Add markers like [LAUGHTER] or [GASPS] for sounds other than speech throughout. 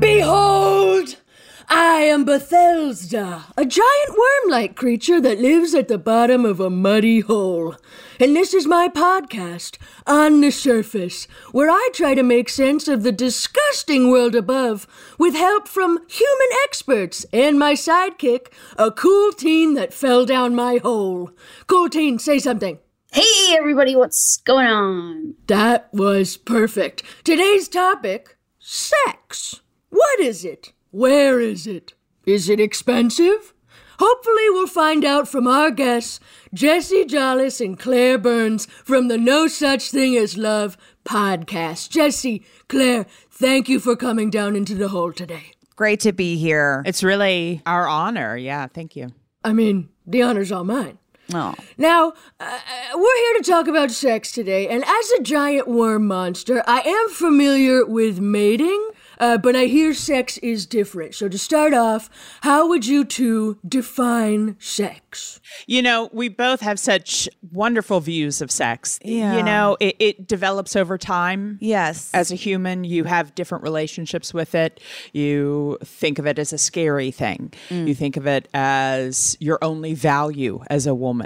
Behold! I am Bethesda, a giant worm like creature that lives at the bottom of a muddy hole. And this is my podcast, On the Surface, where I try to make sense of the disgusting world above with help from human experts and my sidekick, a cool teen that fell down my hole. Cool teen, say something. Hey everybody, what's going on? That was perfect. Today's topic sex. What is it? Where is it? Is it expensive? Hopefully, we'll find out from our guests, Jesse Jollis and Claire Burns from the No Such Thing as Love podcast. Jesse, Claire, thank you for coming down into the hole today. Great to be here. It's really our honor. Yeah, thank you. I mean, the honor's all mine. Oh. Now, uh, we're here to talk about sex today, and as a giant worm monster, I am familiar with mating, uh, but I hear sex is different. So, to start off, how would you two define sex? You know, we both have such wonderful views of sex. Yeah. You know, it, it develops over time. Yes. As a human, you have different relationships with it. You think of it as a scary thing, Mm. you think of it as your only value as a woman.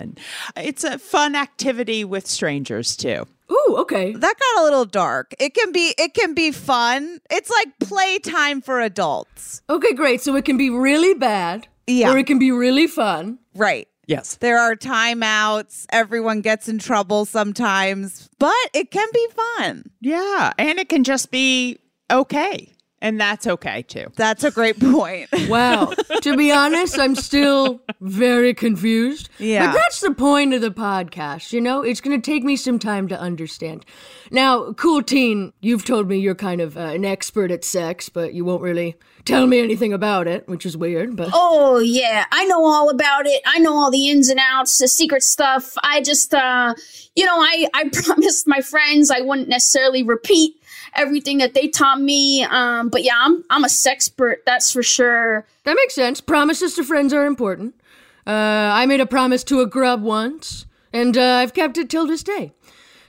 It's a fun activity with strangers, too. Ooh, okay. that got a little dark. It can be it can be fun. It's like playtime for adults. Okay, great. So, it can be really bad, Yeah. or it can be really fun. Right. Yes. There are timeouts. Everyone gets in trouble sometimes, but it can be fun. Yeah. And it can just be okay. And that's okay, too. That's a great point. Wow. to be honest, I'm still very confused. Yeah. But that's the point of the podcast, you know? It's going to take me some time to understand. Now, cool teen, you've told me you're kind of uh, an expert at sex, but you won't really tell me anything about it, which is weird, [LAUGHS] but Oh yeah, I know all about it. I know all the ins and outs, the secret stuff. I just uh you know, I I [LAUGHS] promised my friends I wouldn't necessarily repeat everything that they taught me. Um but yeah, I'm I'm a sexpert, that's for sure. that makes sense. Promises to friends are important. Uh, I made a promise to a grub once, and uh, I've kept it till this day.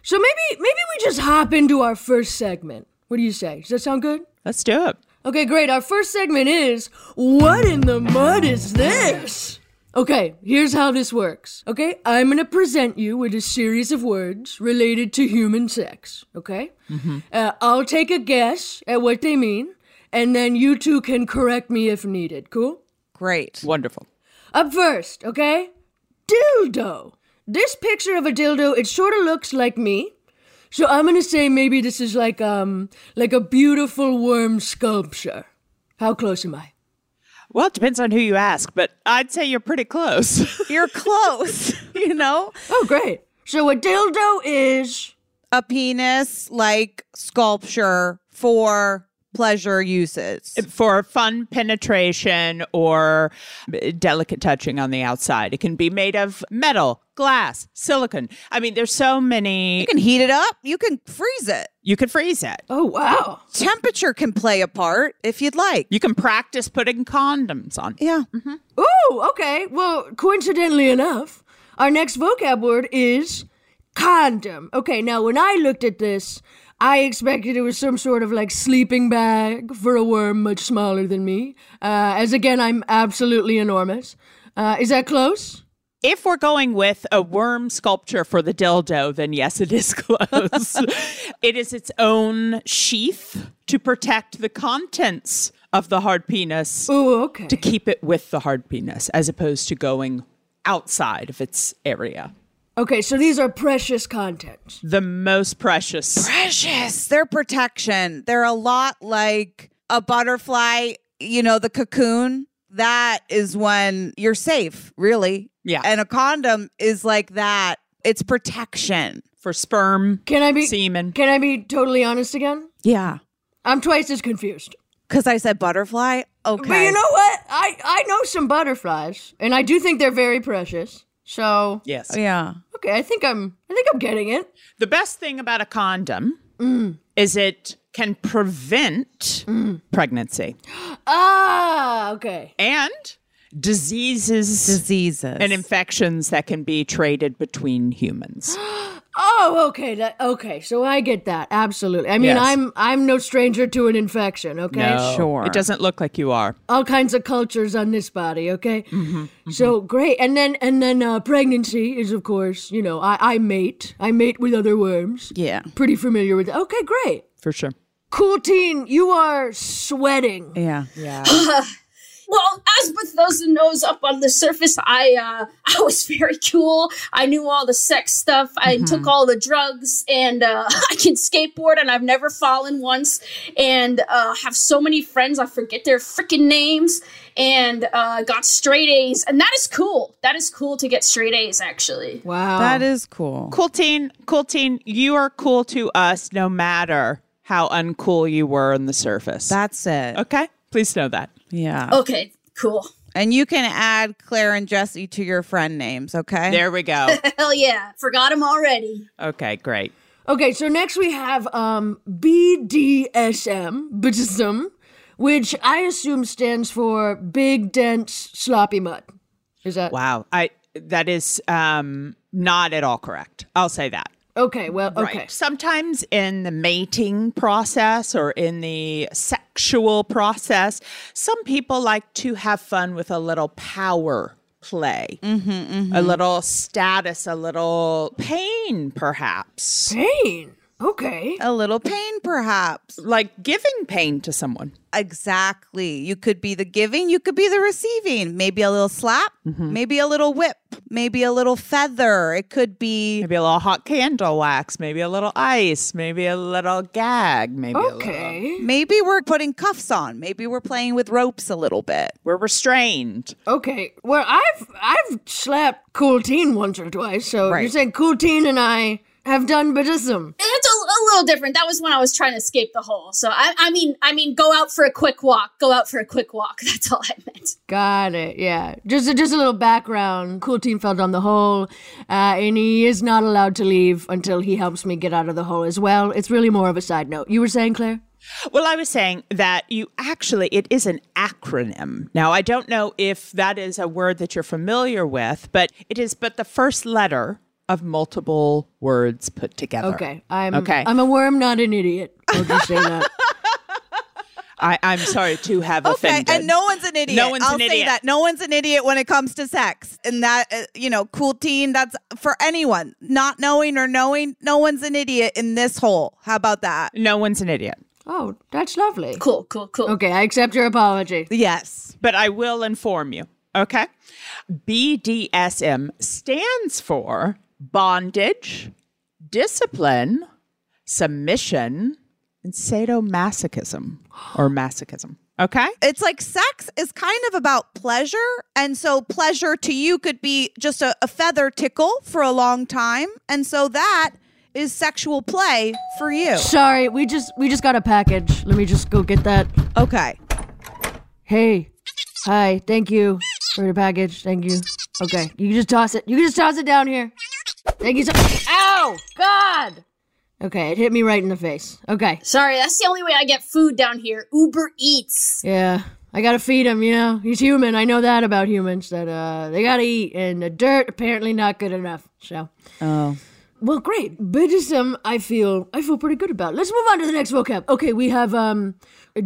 So maybe maybe we just hop into our first segment. What do you say? Does that sound good? Let's do it. Okay, great. Our first segment is What in the Mud is This? Okay, here's how this works. Okay, I'm gonna present you with a series of words related to human sex. Okay, uh, I'll take a guess at what they mean, and then you two can correct me if needed. Cool? [LAUGHS] Great. Wonderful. Up first, okay? Dildo. This picture of a dildo, it sort of looks like me. So I'm gonna say maybe this is like um like a beautiful worm sculpture. How close am I? Well, it depends on who you ask, but I'd say you're pretty close. [LAUGHS] You're close, [LAUGHS] you know? Oh great. So a dildo is A penis like sculpture for pleasure uses. for fun penetration or delicate touching on the outside. It can be made of metal, glass, silicon. I mean, there's so many. You can heat it up, you can freeze it. you can freeze it. Oh wow. Temperature can play a part if you'd like. You can practice putting condoms on. Yeah. Mm-hmm. Ooh, okay. Well, coincidentally enough, our next vocab word is condom. Okay, now when I looked at this, I expected it was some sort of like sleeping bag for a worm much smaller than me. Uh, as again, I'm absolutely enormous. Uh, is that close? If we're going with a worm sculpture for the dildo, then yes, it is [LAUGHS] close. [LAUGHS] it is its own sheath to protect the contents of the hard penis, Ooh, okay. to keep it with the hard penis, as opposed to going outside of its area. Okay, so these are precious contents. The most precious. Precious. They're protection. They're a lot like a butterfly, you know, the cocoon. That is when you're safe, really. Yeah. And a condom is like that. It's protection. for sperm. Can I be Semen. Can I be totally honest again? Yeah. I'm twice as confused. Because I said butterfly. Okay. But you know what? I I know some butterflies, and I do think they're very precious. So Yes. Oh, Yeah. okay, I think I'm I think I'm getting it. The best thing about a condom is it can prevent pregnancy Ah, okay. and diseases Diseases. and infections that can be traded between [GASPS] humans. Oh, okay. That okay. So I get that absolutely. I mean, Yes. I'm I'm no stranger to an infection. Okay, sure. It doesn't look like you are. Mm-hmm. all kinds of cultures on this body. Okay, so great. And then and then uh, pregnancy is of course you know I I mate I mate with other worms. yeah. Pretty familiar with. Okay, great. For sure. Cool teen, you are sweating. Yeah. [SIGHS] Well, as Bethesda knows, up on the surface, I uh, I was very cool. I knew all the sex stuff. I took all the drugs, and uh, [LAUGHS] I can skateboard, and I've never fallen once. And uh, have so many friends, I forget their freaking names. And uh, got straight A's, and that is cool. That is cool to get straight A's, actually. Wow. That is cool. Cool teen, cool teen, you are cool to us no matter how uncool you were on the surface. That's it. okay? Please know that. Yeah. Okay, cool. And you can add Claire and Jesse to your friend names, okay? There we [LAUGHS] go. Hell yeah, forgot him already. okay, great. Okay, so next we have um, BDSM, BDSM, which I assume stands for Big Dense Sloppy Mud. Is that Wow. I that is um not at all correct. I'll say that. okay? Well, okay. Sometimes in the mating process or in the sexual process, some people like to have fun with a little power play, Mm-hmm, a little status, a little pain, perhaps. Pain. Okay. A little pain, perhaps. Like giving pain to someone. Exactly. You could be the giving, you could be the receiving. Maybe a little slap, Mm-hmm. maybe a little whip, maybe a little feather. It could be Maybe a little hot candle wax, maybe a little ice, maybe a little gag, maybe a little. Okay. maybe we're putting cuffs on. Maybe we're playing with ropes a little bit. We're restrained. Okay. Well, I've I've slapped Cool Teen once or twice, so you're Right. saying Cool Teen and I have done BDSM. That's a, a little different. That was when I was trying to escape the hole. So I, I mean, I mean, go out for a quick walk. Go out for a quick walk. [LAUGHS] That's all I meant. Got it. Yeah. Just just a little background. Cool team fell down the hole, uh, and he is not allowed to leave until he helps me get out of the hole as well. It's really more of a side note. You were saying, Claire? Well, I was saying that you actually, it is an acronym. Now, I don't know if that is a word that you're familiar with, but it is but the first letter of multiple words put together. Okay. I'm Okay. [LAUGHS] I'm a worm, not an idiot. I'll just say that. I, I'm sorry to [LAUGHS] have offended. and no one's an idiot. No one's I'll an say idiot. that. No one's an idiot when it comes to sex. And that, uh, you know, cool teen, that's for anyone. Not knowing or knowing, no one's an idiot in this hole. How about that? No one's an idiot. Oh, that's lovely. Cool, cool, cool. Okay, I accept your apology. Yes. but I will inform you. Okay. BDSM stands for bondage, discipline, submission, and sadomasochism or masochism. Oh, Okay. It's like sex is kind of about pleasure. And so pleasure to you could be just a, a feather tickle for a long time. And so that is sexual play for you. Sorry, we just we just got a package. Let me just go get that. Okay. Hey. Hi, thank you for the package. Thank you. Okay, you can just toss it. You can just toss it down here. Thank you so Ow! God! Okay, it hit me right in the face. Okay. Sorry, that's the only way I get food down here. Uber Eats. Yeah. I gotta feed him, you know? He's human. I know that about humans, that uh they gotta eat and the dirt apparently not good enough. So Oh. Well great. Buddhism I feel I feel pretty good about. Let's move on to the next vocab. Okay, we have um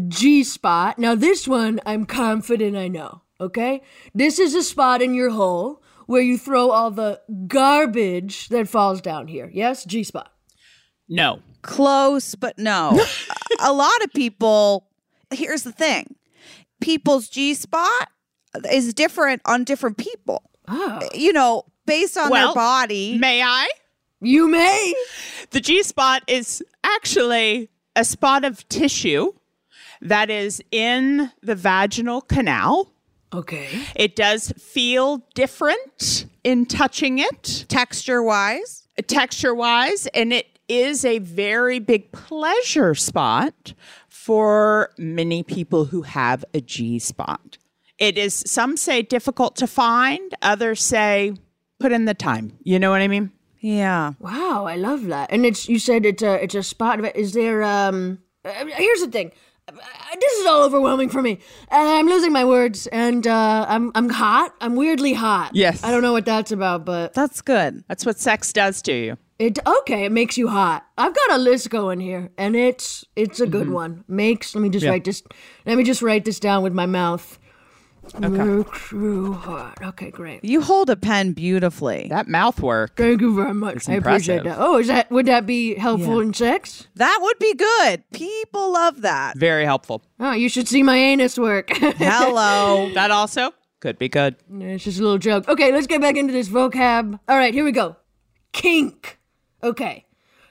G spot. Now this one I'm confident I know, okay? This is a spot in your hole where you throw all the garbage that falls down here. Yes? G spot. No. Close, [LAUGHS] but no. a lot of people, here's the thing people's G spot is different on different people. Ah. Oh. Eh, You know, based on Well, their body. May I? You may The G spot is actually a spot of tissue that is in the vaginal canal. Okay. It does feel different in touching it. texture wise. texture wise, and it is a very big pleasure spot for many people who have a G spot. It is, some say difficult to find, others say put in the time. You know what I mean? Yeah. Wow, I love that. And it's you said it's a it's a spot. Of it. Is there um? uh, Here's the thing. Uh, This is all overwhelming for me. Uh, I'm losing my words, and uh, I'm I'm hot. I'm weirdly hot. Yes. I don't know what that's about, but That's good. That's what sex does to you. it okay. It makes you hot. I've got a list going here, and it's it's a good one. Makes. Let me just write this. Let me just write this down with my mouth. Makes you hot. Okay, great. You hold a pen beautifully. That mouth work. Thank you very much. I appreciate impressive. that. Oh, is that would that be helpful in sex? That would be good. People love that. Very helpful. Oh, you should see my anus work. [LAUGHS] Hello. That also could be good. It's just a little joke. Okay, let's get back into this vocab. All right, here we go. Kink. Okay.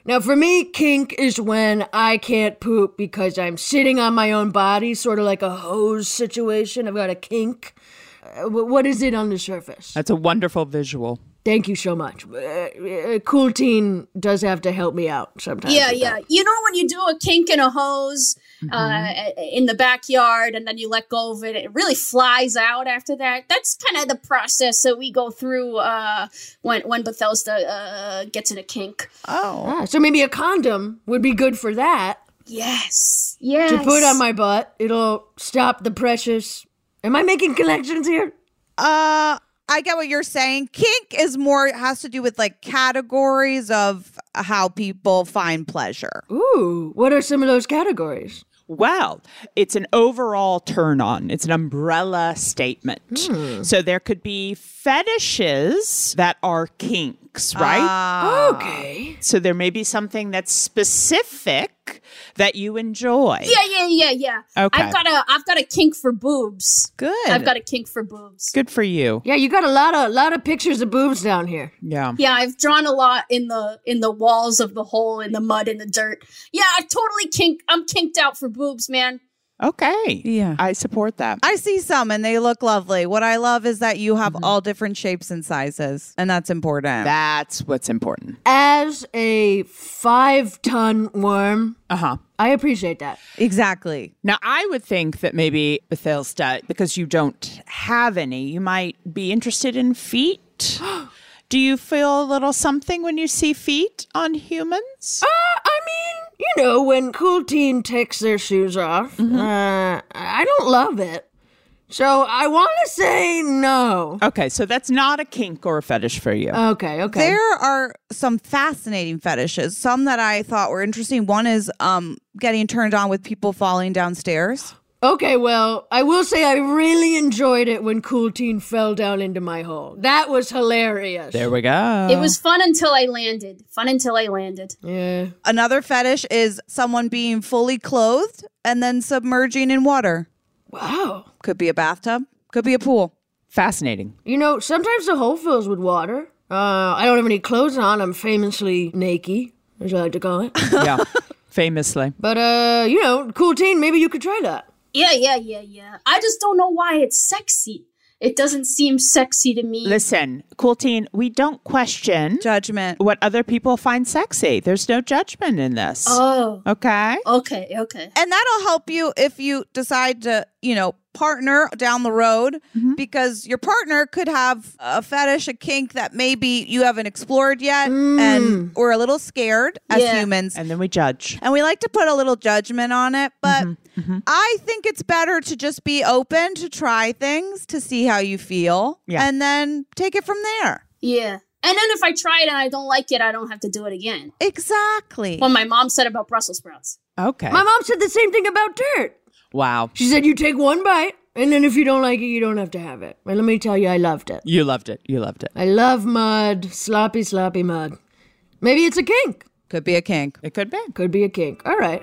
Now, for me, kink is when I can't poop because I'm sitting on my own body, sort of like a hose situation. I've got a kink. Uh, wh- what is it on the surface? That's a wonderful visual. Thank you so much. Uh, uh, cool teen does have to help me out sometimes. Yeah, with yeah. that. You know when you do a kink in a hose uh, Mm-hmm. in the backyard and then you let go of it, it really flies out after that. That's kind of the process that we go through uh, when when Bethesda uh, gets in a kink. oh. Ah, so maybe a condom would be good for that Yes, yes. to put on my butt. It'll stop the precious. Am I making connections here? Uh I get what you're saying. Kink is more has to do with like categories of how people find pleasure. Ooh, what are some of those categories? Well, it's an overall turn on. It's an umbrella statement. Hmm. So there could be fetishes that are kinks, right? Ah. okay. so there may be something that's specific that you enjoy. Yeah, yeah, yeah, yeah. Okay. I've got a I've got a kink for boobs. Good. I've got a kink for boobs. Good for you. Yeah, you got a lot of lot of pictures of boobs down here. Yeah. Yeah, I've drawn a lot in the in the walls of the hole, in the mud, in the dirt. Yeah, I totally kink. I'm kinked out for boobs, man. Okay. Yeah. I support that. I see some and they look lovely. What I love is that you Mm-hmm. have all different shapes and sizes, and that's important. that's what's important. As a five ton worm, Uh Uh-huh. huh. I appreciate that. exactly. Now, I would think that maybe Bethesda, because you don't have any, you might be interested in [GASPS] feet. Do you feel a little something when you see feet on humans? Uh, I mean, you know, when cool teen takes their shoes off, Mm-hmm. uh, I don't love it. So I want to say no. Okay, so that's not a kink or a fetish for you. Okay, okay. There are some fascinating fetishes, some that I thought were interesting. One is um, getting turned on with people falling downstairs. Okay, well, I will say I really enjoyed it when Cool Teen fell down into my hole. That was hilarious. There we go. It was fun until I landed. Fun until I landed. yeah. Another fetish is someone being fully clothed and then submerging in water. Wow. Could be a bathtub, could be a pool. Fascinating. You know, sometimes the hole fills with water. Uh, I don't have any clothes on. I'm famously naked, as I like to [LAUGHS] call it. Yeah. Famously. But, uh, you know, Cool Teen, maybe you could try that. Yeah, yeah, yeah, yeah. I just don't know why it's sexy. It doesn't seem sexy to me. Listen, cool teen, we don't question Judgment. what other people find sexy. There's no judgment in this. Oh, okay. okay, okay. And that'll help you if you decide to, you know, partner down the road Mm-hmm. because your partner could have a fetish, a kink that maybe you haven't explored yet Mm. and we're a little scared as Yeah. humans. And then we judge. and we like to put a little judgment on it, but Mm-hmm, I think it's better to just be open to try things to see how you feel Yeah. and then take it from there. Yeah. And then if I try it and I don't like it, I don't have to do it again. Exactly. What my mom said about Brussels sprouts. Okay. My mom said the same thing about dirt. wow. She said you take one bite, and then if you don't like it, you don't have to have it. And let me tell you, I loved it. You loved it. You loved it. I love mud, sloppy, sloppy mud. Maybe it's a kink. Could be a kink. It could be. Could be a kink. All right.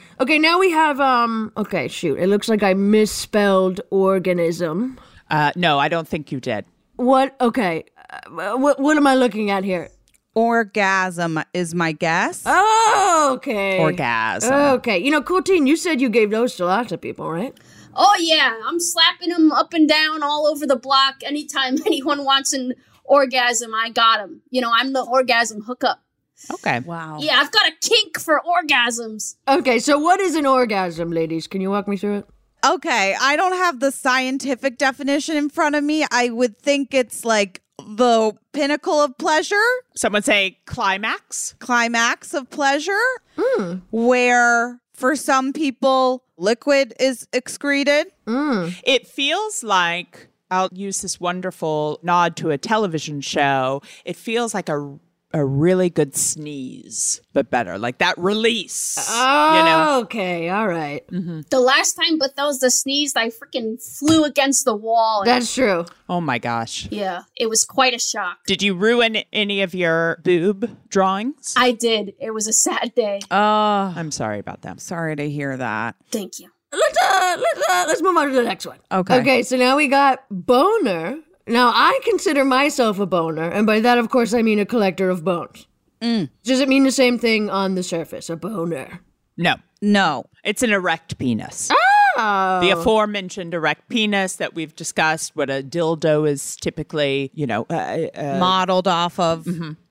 Okay, now we have um. Okay, shoot. It looks like I misspelled organism. Uh, no, I don't think you did. What? Okay. Uh, what? What am I looking at here? Orgasm is my guess. Oh, okay. Orgasm. Okay. You know, cool teen. You said you gave those to lots of people, right? Oh yeah, I'm slapping him up and down all over the block. Anytime [LAUGHS] anyone wants an orgasm, I got him. You know, I'm the orgasm hookup. Okay. Oh. wow. Yeah, I've got a kink for orgasms. Okay. So, what is an orgasm, ladies? Can you walk me through it? Okay, I don't have the scientific definition in front of me. I would think it's like the pinnacle of pleasure, Someone say climax. climax of pleasure, Mm. where for some people liquid is excreted. Mm. It feels like I'll use this wonderful nod to a television show. It feels like a a really good sneeze, but better, like that release. you Oh. know, Okay. All right. Mm-hmm. The last time Bethesda sneezed, I freaking flew against the wall. That's true. oh my gosh. yeah, it was quite a shock. Did you ruin any of your boob drawings? I did. It was a sad day. Oh, I'm sorry about that. sorry to hear that. Thank you. Let's uh, let's uh, let's move on to the next one. Okay. Okay. So now we got boner. Now I consider myself a boner, and by that, of course, I mean a collector of bones. Does it mean the same thing on the surface? A boner. No, No. Oh. it's an erect penis. The aforementioned erect penis that we've discussed, what a dildo is typically, you know, uh, uh, Mm-hmm. Modeled off of.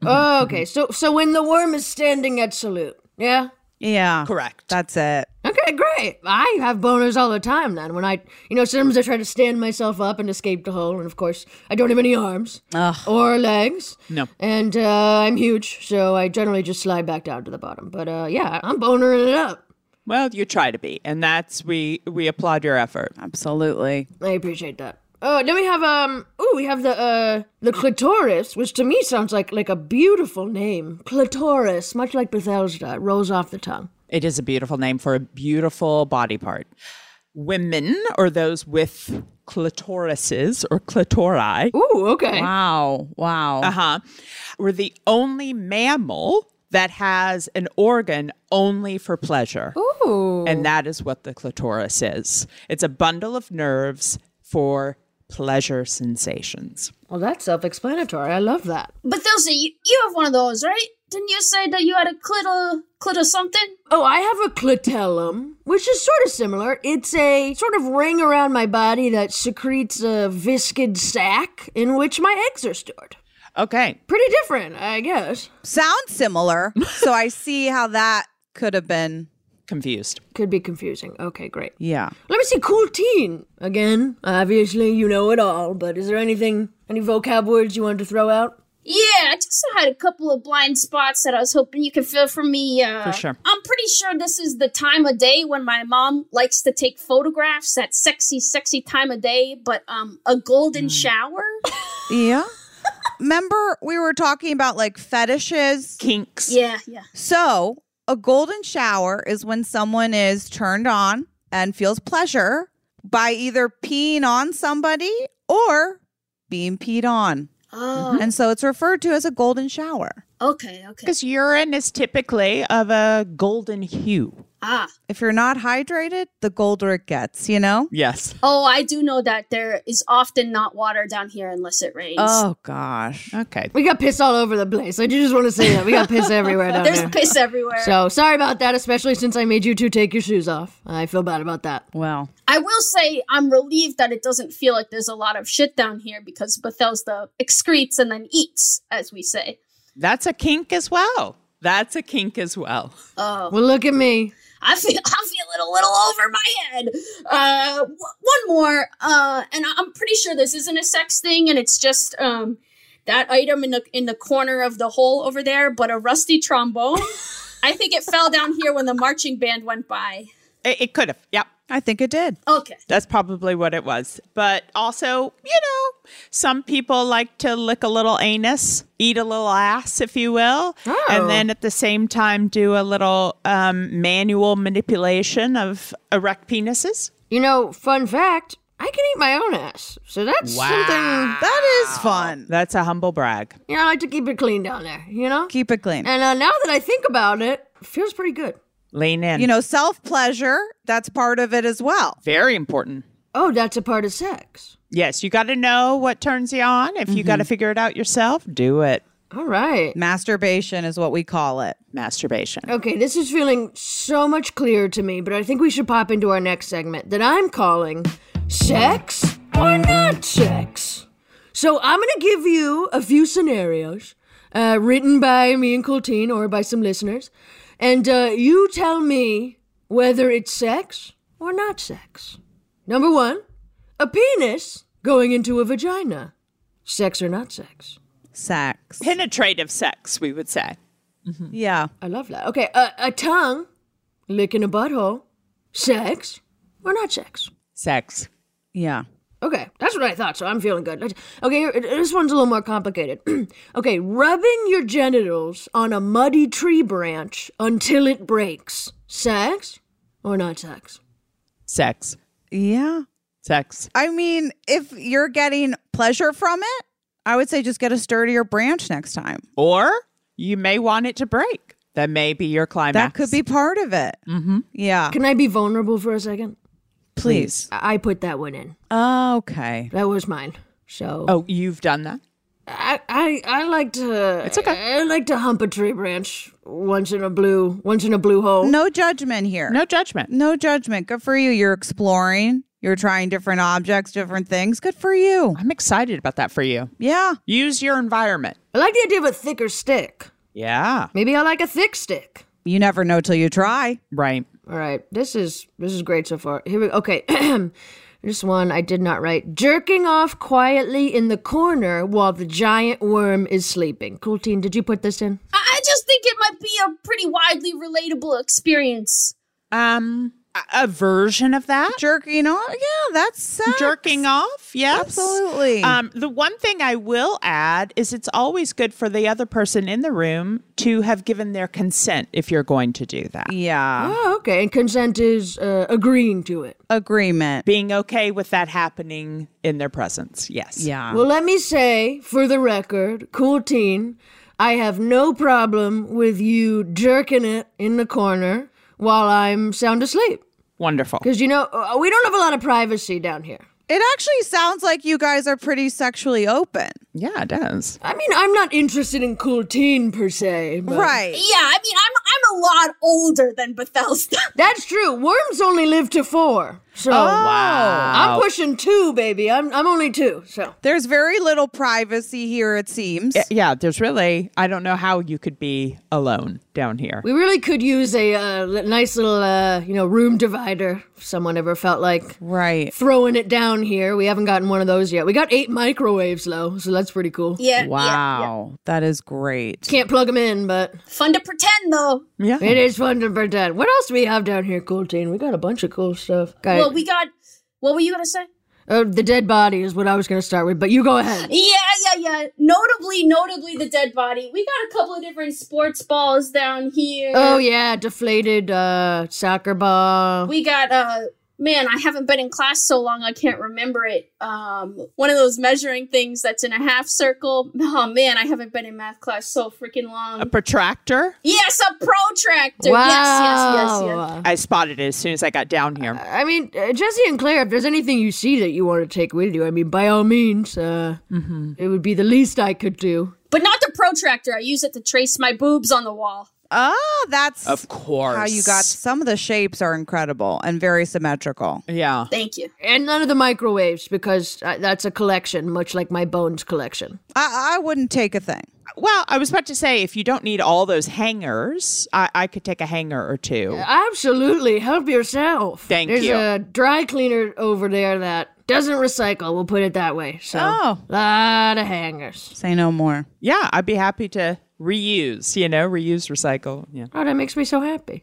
Oh, okay. So so when the worm is standing at salute. Yeah. Yeah. Correct. That's it. Okay, great. I have boners all the time then. When I, you know, sometimes I try to stand myself up and escape the hole, and of course, I don't have any arms or legs. No. And uh, I'm huge, so I generally just slide back down to the bottom. But uh, yeah, I'm bonering it up. well, you try to be, and that's we we applaud your effort. Absolutely. I appreciate that. Oh, then we have um. Oh, we have the uh the clitoris, which to me sounds like like a beautiful name. Clitoris, much like Bethesda, it rolls off the tongue. It is a beautiful name for a beautiful body part. Women or those with clitorises or clitori Ooh, okay. Wow. Wow. uh-huh, were the only mammal that has an organ only for pleasure. Ooh. And that is what the clitoris is. It's a bundle of nerves for pleasure sensations. Well, that's self-explanatory. I love that. Bethesda, you, you have one of those, right? Didn't you say that you had a clittle, clittle something? Oh, I have a clitellum, which is sort of similar. It's a sort of ring around my body that secretes a viscid sac in which my eggs are stored. Okay. Pretty different, I guess. Sounds [LAUGHS] similar. so I see how that could have been. Confused. Could be confusing. Okay, great. Yeah. Let me see, cool teen. Again, obviously you know it all, but is there anything, any vocab words you wanted to throw out? Yeah, I just had a couple of blind spots that I was hoping you could fill for me. Uh, For sure. I'm pretty sure this is the time of day when my mom likes to take photographs. That sexy, sexy time of day, but um, a golden shower. Yeah. Remember, we were talking about like fetishes. Kinks. yeah, yeah. So, a golden shower is when someone is turned on and feels pleasure by either peeing on somebody or being peed on. Oh, And so it's referred to as a golden shower. okay, okay. Because urine is typically of a golden hue. Ah, If you're not hydrated, the colder it gets, you know? Yes. oh, I do know that there is often not water down here unless it rains. Oh gosh. Okay. We got piss all over the place. I do just want to say that. We got piss everywhere down There's there. piss everywhere. [LAUGHS] so sorry about that, especially since I made you two take your shoes off. I feel bad about that. Well, I will say I'm relieved that it doesn't feel like there's a lot of shit down here because Bethesda excretes and then eats, as we say. That's a kink as well. That's a kink as well. Oh, Well, look at me. I feel [LAUGHS] I'm feeling a little over my head. Uh, w- one more, uh, and I- I'm pretty sure this isn't a sex thing, and it's just um, that item in the in the corner of the hole over there, but a rusty trombone. I think it fell down here when the marching band went by. It, it could have. Yep. I think it did. Okay. That's probably what it was. But also, you know, some people like to lick a little anus, eat a little ass, if you will, Oh. and then at the same time do a little um, manual manipulation of erect penises. You know, fun fact, I can eat my own ass. So that's something That is fun. That's a humble brag. you know, I like to keep it clean down there, you know? Keep it clean. and uh, now that I think about it, it feels pretty good. Lean in. you know, self pleasure, that's part of it as well. very important. Oh, that's a part of sex. Yes, you got to know what turns you on. If you got Mm-hmm. to figure it out yourself, do it. All right. Masturbation is what we call it. Masturbation. Okay, this is feeling so much clearer to me, but I think we should pop into our next segment that I'm calling Sex or Not Sex. So I'm going to give you a few scenarios uh, written by me and Coltine or by some listeners, and uh, you tell me whether it's sex or not sex. Number one, a penis going into a vagina. Sex or not sex? Sex. Penetrative sex, we would say. Yeah. I love that. Okay, a, a tongue licking a butthole. Sex or not sex? Sex. Yeah. Okay, that's what I thought, so I'm feeling good. Let's- Okay, here- this one's a little more complicated. [CLEARS THROAT] okay, rubbing your genitals on a muddy tree branch until it breaks. Sex or not sex? Sex. Yeah. Sex. I mean, if you're getting pleasure from it, I would say just get a sturdier branch next time. Or you may want it to break. That may be your climax. That could be part of it. Mm-hmm. Yeah. Can I be vulnerable for a second? Please. Oh, I I put that one in. Okay. That was mine. So Oh, you've done that? I, I I like to it's okay. I like to hump a tree branch once in a blue once in a blue hole. No judgment here. Oh. No judgment. No judgment. Good for you. You're exploring. You're trying different objects, different things. Good for you. I'm excited about that for you. Yeah. Use your environment. I like the idea of a thicker stick. Yeah. Maybe I like a thick stick. You never know till you try. Right. All right, this is this is great so far. Here we okay. [CLEARS THROAT] this one I did not write. Jerking off quietly in the corner while the giant worm is sleeping. Cool teen, did you put this in? I, I just think it might be a pretty widely relatable experience. Um a- a version of that. Jerking off. Yeah, that's sex. Jerking off, yes. Absolutely. Um, the one thing I will add is it's always good for the other person in the room to have given their consent if you're going to do that. [GASPS] Yeah. Oh, okay. And consent is uh, agreeing to it. Agreement. Being okay with that happening in their presence. Yes. Yeah. Well, let me say for the record, cool teen, I have no problem with you jerking it in the corner while I'm sound asleep. Wonderful. Because you know uh, we don't have a lot of privacy down here. It actually sounds like you guys are pretty sexually open. Yeah, it does. I mean, I'm not interested in cool teen per se. But Right. Yeah, I mean, I'm I'm a lot older than Bethesda. [LAUGHS] That's true. Worms only live to four. Oh. So Wow. I'm pushing two, baby. I'm I'm only two. So There's very little privacy here, it seems. yeah, there's really, I don't know how you could be alone down here. we really could use a uh, li- nice little uh, you know room divider. If someone ever felt like right. throwing it down here. We haven't gotten one of those yet. We got eight microwaves though, so that's pretty cool. Yeah. Wow. That is great. Can't plug them in, but Fun to pretend though. Yeah. it is fun to pretend. What else do we have down here, cool teen? We got a bunch of cool stuff. Got Well, we got. What were you gonna say? uh, the dead body is what I was going to start with, but you go ahead. [LAUGHS] Yeah, yeah, yeah. Notably, notably, the dead body. We got a couple of different sports balls down here. Oh yeah, deflated uh, soccer ball. We got uh man, I haven't been in class so long I can't remember it. Um one of those measuring things that's in a half circle. Oh man, I haven't been in math class so freaking long. A protractor. yes, a protractor. Yes, yes, yes, yes. I spotted it as soon as I got down here. I mean, uh, Jesse and Claire, if there's anything you see that you want to take with you, I mean, by all means, uh, Mm-hmm. it would be the least I could do. But not the protractor. I use it to trace my boobs on the wall. Oh, that's of course. how you got some of the shapes are incredible and very symmetrical. Yeah. Thank you. And none of the microwaves, because uh, that's a collection, much like my bones collection. I, I wouldn't take a thing. Well, I was about to say, if you don't need all those hangers, I, I could take a hanger or two. Absolutely. Help yourself. Thank there's you. a dry cleaner over there that doesn't recycle, we'll put it that way. So, Oh. lot of hangers. Say no more. Yeah, I'd be happy to reuse, you know, reuse, recycle. Yeah. Oh, that makes me so happy.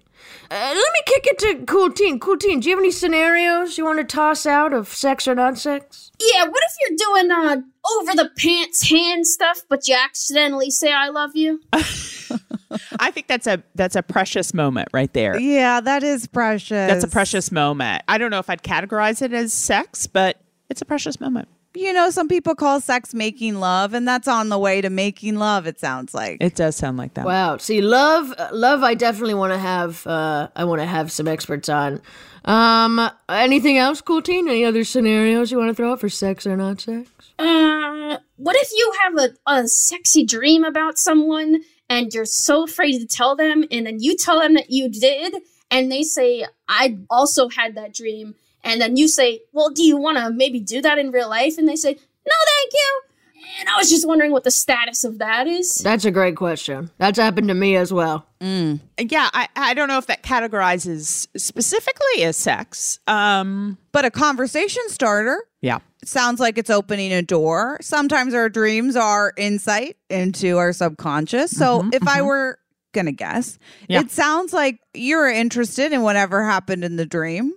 Uh, let me kick it to Cool Teen. Cool Teen, do you have any scenarios you want to toss out of sex or non-sex? Yeah, what if you're doing uh over the pants hand stuff, but you accidentally say I love you? I think that's a that's a precious moment right there. Yeah, that is precious. That's a precious moment. I don't know if I'd categorize it as sex, but it's a precious moment. You know, some people call sex making love, and that's on the way to making love. It sounds like It does sound like that. Wow. See, love, uh, love. I definitely want to have. Uh, I want to have some experts on. Um, anything else, Cool Teen? Any other scenarios you want to throw out for sex or non-sex? Uh, what if you have a, a sexy dream about someone and you're so afraid to tell them, and then you tell them that you did, and they say, I also had that dream, and then you say, Well, do you want to maybe do that in real life? And they say, No, thank you. And I was just wondering what the status of that is. That's a great question. That's happened to me as well. Mm. Yeah, I, I don't know if that categorizes specifically as sex. Um, but a conversation starter. yeah. It sounds like it's opening a door. Sometimes our dreams are insight into our subconscious. So if I were gonna guess, Yeah. it sounds like you're interested in whatever happened in the dream.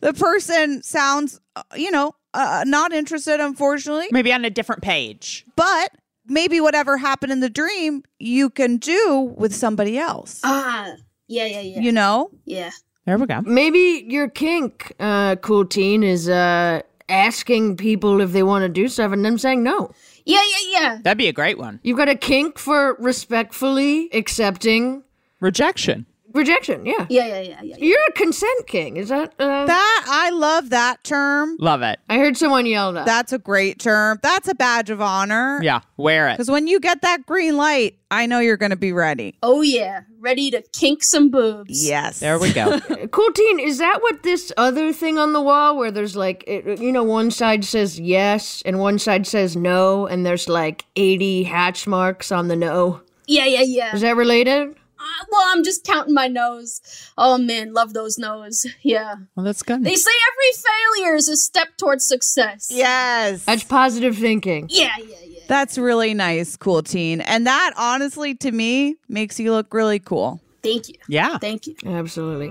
The person sounds, uh, you know, uh, not interested, unfortunately. Maybe on a different page. But maybe whatever happened in the dream, you can do with somebody else. Ah, yeah, yeah, yeah. You know, yeah. There we go. Maybe your kink, uh, Cool Teen, is uh, asking people if they want to do stuff and them saying no. Yeah, yeah, yeah. That'd be a great one. You've got a kink for respectfully accepting Rejection. rejection. Yeah. Yeah, yeah, yeah, yeah. yeah. You're a consent king. Is that? Uh, that I love that term. Love it. I heard someone yell that. That's a great term. That's a badge of honor. Yeah. Wear it. Because when you get that green light, I know you're going to be ready. Oh, yeah. Ready to kink some boobs. Yes. There we go. [LAUGHS] Cool teen, is that what this other thing on the wall where there's like, it, you know, one side says yes and one side says no, and there's like 80 hatch marks on the no? Yeah, yeah, yeah. Is that related? Uh, well, I'm just counting my nose. Oh, man. Love those nose. Yeah. well, that's good. They say every failure is a step towards success. [LAUGHS] Yes. That's positive thinking. Yeah, yeah, yeah. That's really nice, cool teen. And that honestly to me makes you look really cool. Thank you. yeah. Thank you. Absolutely.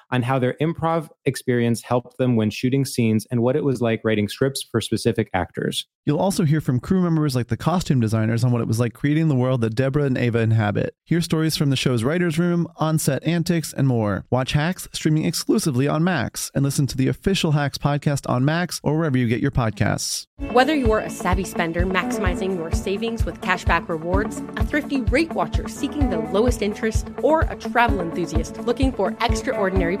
on how their improv experience helped them when shooting scenes and what it was like writing scripts for specific actors. You'll also hear from crew members like the costume designers on what it was like creating the world that Deborah and Ava inhabit. Hear stories from the show's writer's room, on set antics, and more. Watch Hacks streaming exclusively on Max and listen to the official Hacks podcast on Max or wherever you get your podcasts. Whether you're a savvy spender maximizing your savings with cashback rewards, a thrifty rate watcher seeking the lowest interest, or a travel enthusiast looking for extraordinary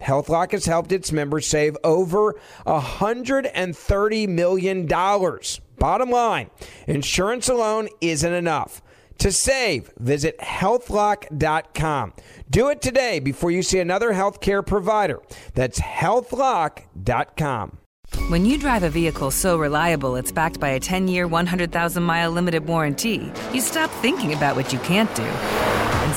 HealthLock has helped its members save over $130 million. Bottom line, insurance alone isn't enough. To save, visit healthlock.com. Do it today before you see another healthcare provider. That's healthlock.com. When you drive a vehicle so reliable it's backed by a 10 year, 100,000 mile limited warranty, you stop thinking about what you can't do and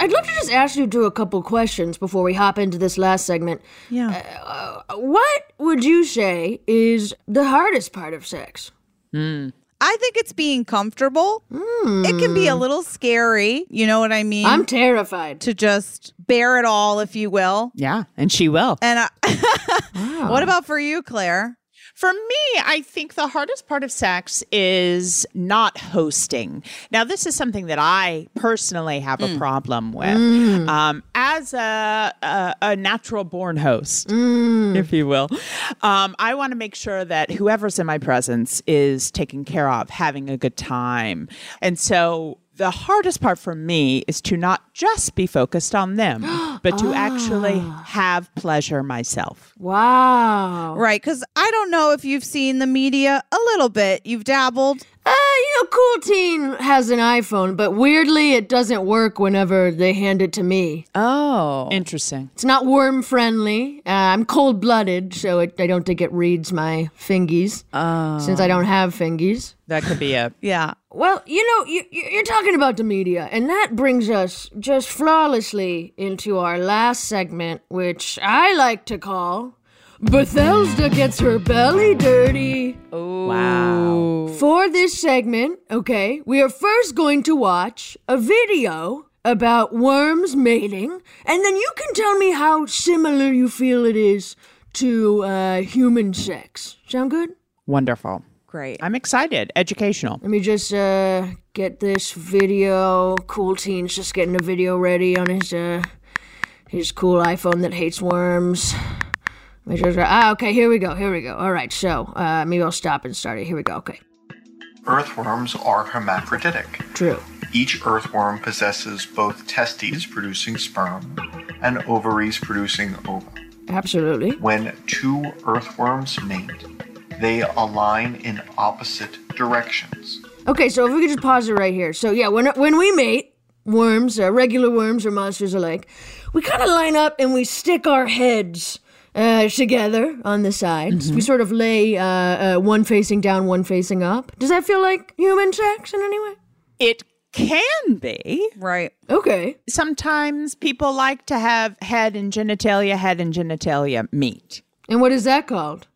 I'd love to just ask you two a couple questions before we hop into this last segment. Uh, Yeah. What would you say is the hardest part of sex? I think it's being comfortable. It can be a little scary. You know what I mean? Hmm. I'm terrified. to just bear it all, if you will. yeah. And she will. And I, what about for you, Claire? For me, I think the hardest part of sex is not hosting. Now, this is something that I personally have a problem with. Um, as a, a, a natural born host, if you will, um, I want to make sure that whoever's in my presence is taken care of, having a good time. And so the hardest part for me is to not just be focused on them, but to actually have pleasure myself. Wow. Right, because I don't know if you've seen the media a little bit. You've dabbled. Uh, you know, Cool Teen has an iPhone, but weirdly, it doesn't work whenever they hand it to me. Oh. Interesting. It's not worm friendly. Uh, I'm cold blooded, so it, I don't think it reads my fingies. Oh. Since I don't have fingies. That could be a Yeah. Well, you know, you, you- you're talking about the media, and that brings us just flawlessly into our last segment, which I like to call Bethesda Gets Her Belly Dirty. wow. For this segment, okay, we are first going to watch a video about worms mating, and then you can tell me how similar you feel it is to uh, human sex. Sound good? Wonderful. Great. I'm excited. Educational. Let me just uh, get this video. Cool Teen's just getting a video ready on his uh, his cool iPhone that hates worms. Let me just, ah, okay, here we go, here we go. All right, so uh, maybe I'll stop and start it. Here we go. Okay, Earthworms are hermaphroditic. true. Each earthworm possesses both testes producing sperm and ovaries producing ova. Absolutely. When two earthworms mate, they align in opposite directions. Okay, so if we could just pause it right here. So yeah, when when we mate worms, uh, regular worms or monsters alike, we kind of line up and we stick our heads uh, together on the sides. Mm-hmm. We sort of lay uh, uh, one facing down, one facing up. Does that feel like human sex in any way? It can be. Right. Okay. Sometimes people like to have head and genitalia, head and genitalia meet. And what is that called?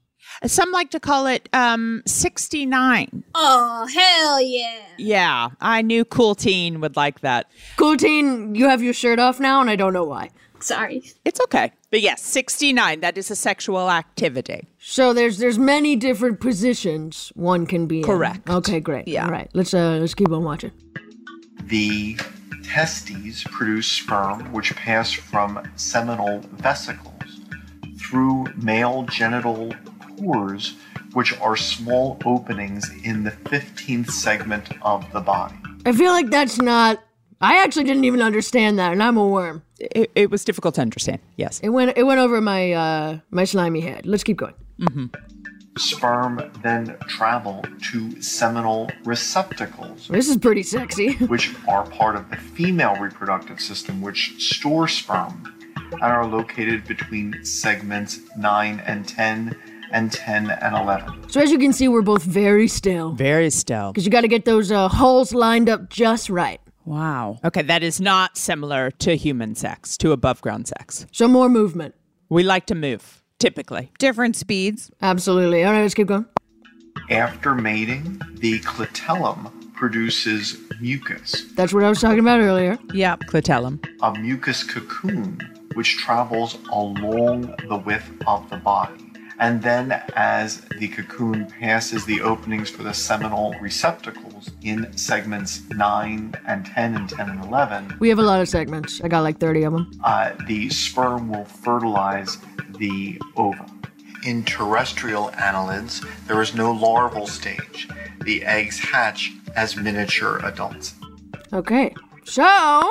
Some like to call it um, 69. Oh, hell yeah. Yeah, I knew Cool Teen would like that. Cool teen, you have your shirt off now, and I don't know why. Sorry. It's okay. But yes, 69, that is a sexual activity. So there's there's many different positions one can be in. Correct. Okay, great. Yeah. All right. Let's uh let's keep on watching. The testes produce sperm, which pass from seminal vesicles through male genital pores, which are small openings in the 15th segment of the body. I feel like that's not. I actually didn't even understand that, and I'm a worm. It, it was difficult to understand. Yes. It went it went over my uh my slimy head. Let's keep going. Sperm then travel to seminal receptacles, This is pretty sexy. [LAUGHS] which are part of the female reproductive system, which store sperm and are located between segments 9 and 10 and 10 and 11. so as you can see, we're both very still Very still. because you got to get those uh, holes lined up just right. Wow. Okay, that is not similar to human sex, to above ground sex. So more movement. We like to move, typically. Different speeds. Absolutely. All right, let's keep going. After mating, the clitellum produces mucus, That's what I was talking about earlier. Yep. Clitellum. a mucus cocoon which travels along the width of the body and then as the cocoon passes the openings for the seminal receptacles in segments 9 and 10 and 10 and 11, We have a lot of segments. I got like 30 of them. uh, the sperm will fertilize the ova. In terrestrial annelids, there is no larval stage. The eggs hatch as miniature adults. Okay. So,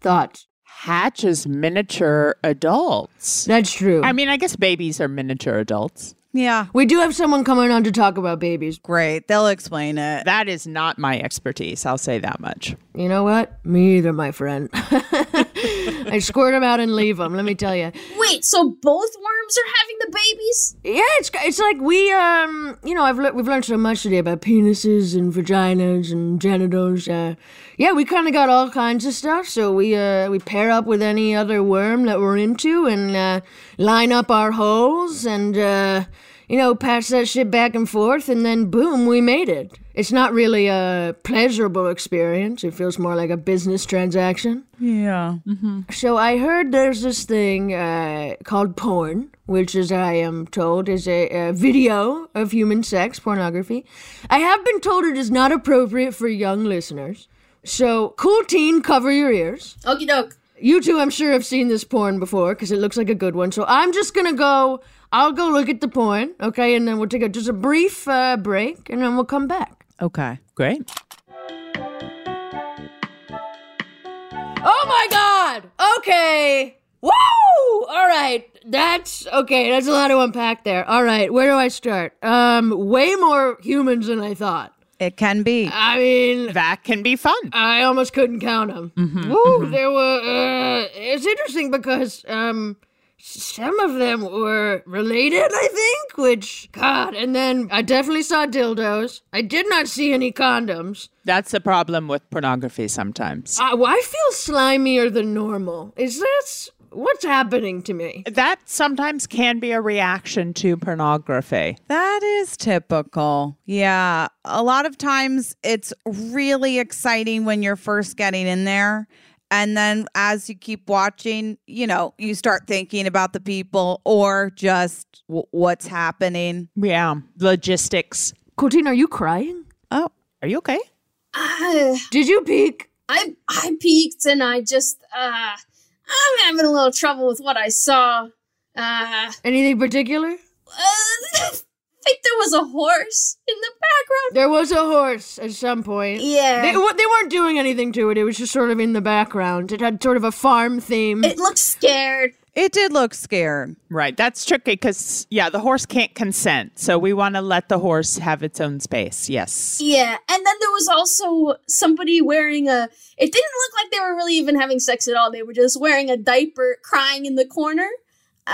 thoughts. Hatch is miniature adults. That's true. I mean, I guess babies are miniature adults. Yeah. We do have someone coming on to talk about babies. Great. They'll explain it. That is not my expertise. I'll say that much. You know what? Me either, my friend. [LAUGHS] I squirt them out and leave them. Let me tell you. Wait, so both worms are having the babies? Yeah, it's it's like we um you know I've le- we've learned so much today about penises and vaginas and genitals. Uh, yeah, we kind of got all kinds of stuff. So we uh we pair up with any other worm that we're into and uh, line up our holes and uh, you know pass that shit back and forth and then boom we made it. It's not really a pleasurable experience. It feels more like a business transaction. Yeah. Mm-hmm. So I heard there's this thing uh, called porn, which, as I am told, is a, a video of human sex pornography. I have been told it is not appropriate for young listeners. So, cool teen, cover your ears. Okie doke. You two, I'm sure, have seen this porn before because it looks like a good one. So I'm just gonna go. I'll go look at the porn, okay, and then we'll take a, just a brief uh, break, and then we'll come back. Okay. Great. Oh my God! Okay. Woo! All right. That's okay. That's a lot to unpack there. All right. Where do I start? Um, way more humans than I thought. It can be. I mean, That can be fun. I almost couldn't count them. Mm-hmm. Woo! There were. Uh, it's interesting because um, some of them were related. I think. Which God. And then I definitely saw dildos. I did not see any condoms. That's the problem with pornography sometimes. I, Uh, well, I feel slimier than normal. Is this what's happening to me? that sometimes can be a reaction to pornography. That is typical. Yeah. A lot of times it's really exciting when you're first getting in there. And then as you keep watching, you know, you start thinking about the people or just w- what's happening. Yeah. Logistics. Cortine, are you crying? Oh, are you okay? Uh, Did you peek? I I peeked and I just uh I'm having a little trouble with what I saw. Uh, Anything particular? uh [LAUGHS] I think there was a horse in the background. There was a horse at some point. Yeah. They, wa- they weren't doing anything to it. It was just sort of in the background. It had sort of a farm theme. It looked scared. It did look scared. Right. That's tricky because, yeah, the horse can't consent. So we want to let the horse have its own space. Yes. Yeah, and then there was also somebody wearing a. It didn't look like they were really even having sex at all. They were just wearing a diaper, crying in the corner. Uh,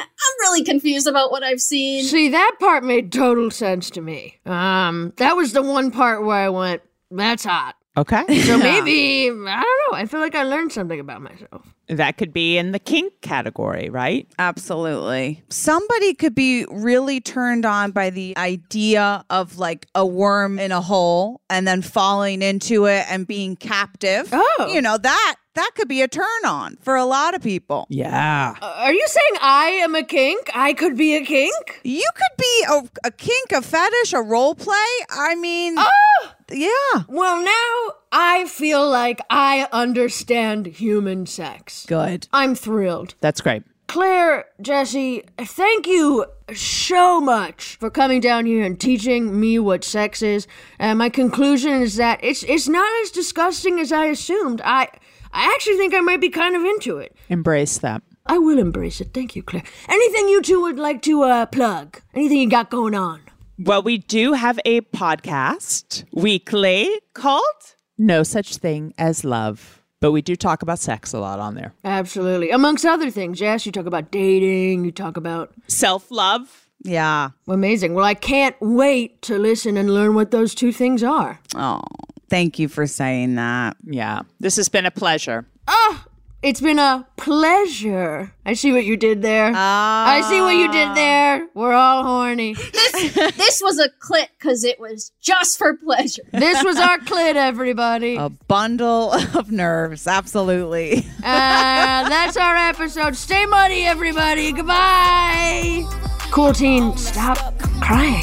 I'm really confused about what I've seen. See, that part made total sense to me. Um, that was the one part where I went, that's hot. Okay. So maybe, I don't know. I feel like I learned something about myself. that could be in the kink category, right? Absolutely. Somebody could be really turned on by the idea of like a worm in a hole and then falling into it and being captive. Oh. You know, that that could be a turn on for a lot of people. Yeah. Uh, are you saying I am a kink? I could be a kink? You could be a, a kink, a fetish, a role play. I mean, yeah. Ah! Well, now I feel like I understand human sex. Good. I'm thrilled. That's great. Claire, Jesse, thank you so much for coming down here and teaching me what sex is. And my conclusion is that it's it's not as disgusting as I assumed. I I actually think I might be kind of into it. Embrace that. I will embrace it. Thank you, Claire. Anything you two would like to uh, plug? Anything you got going on? Well, we do have a podcast weekly called No Such Thing as Love. But we do talk about sex a lot on there. Absolutely. Amongst other things, yes, you talk about dating, you talk about Self love. Yeah. amazing. Well, I can't wait to listen and learn what those two things are. Oh, thank you for saying that. Yeah. This has been a pleasure. It's been a pleasure. I see what you did there. I see what you did there. We're all horny. this was a clip because it was just for pleasure. This [LAUGHS] was our clit, everybody. [LAUGHS] A bundle of nerves. Absolutely. [LAUGHS] Uh, that's our episode. Stay muddy, everybody. Goodbye. Cool teen, stop crying.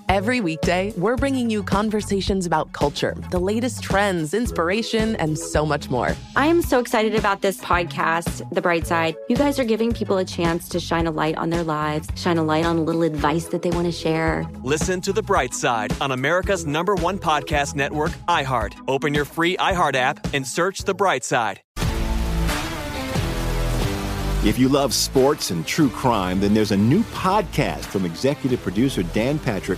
Every weekday, we're bringing you conversations about culture, the latest trends, inspiration, [LAUGHS] and so much more. I am so excited about this podcast, The Bright Side. You guys are giving people a chance to shine a light on their lives, shine a light on a little advice that they want to share. Listen to The Bright Side on America's number one podcast network, iHeart. Open your free iHeart app and search The Bright Side. If you love sports and true crime, then there's a new podcast from executive producer Dan Patrick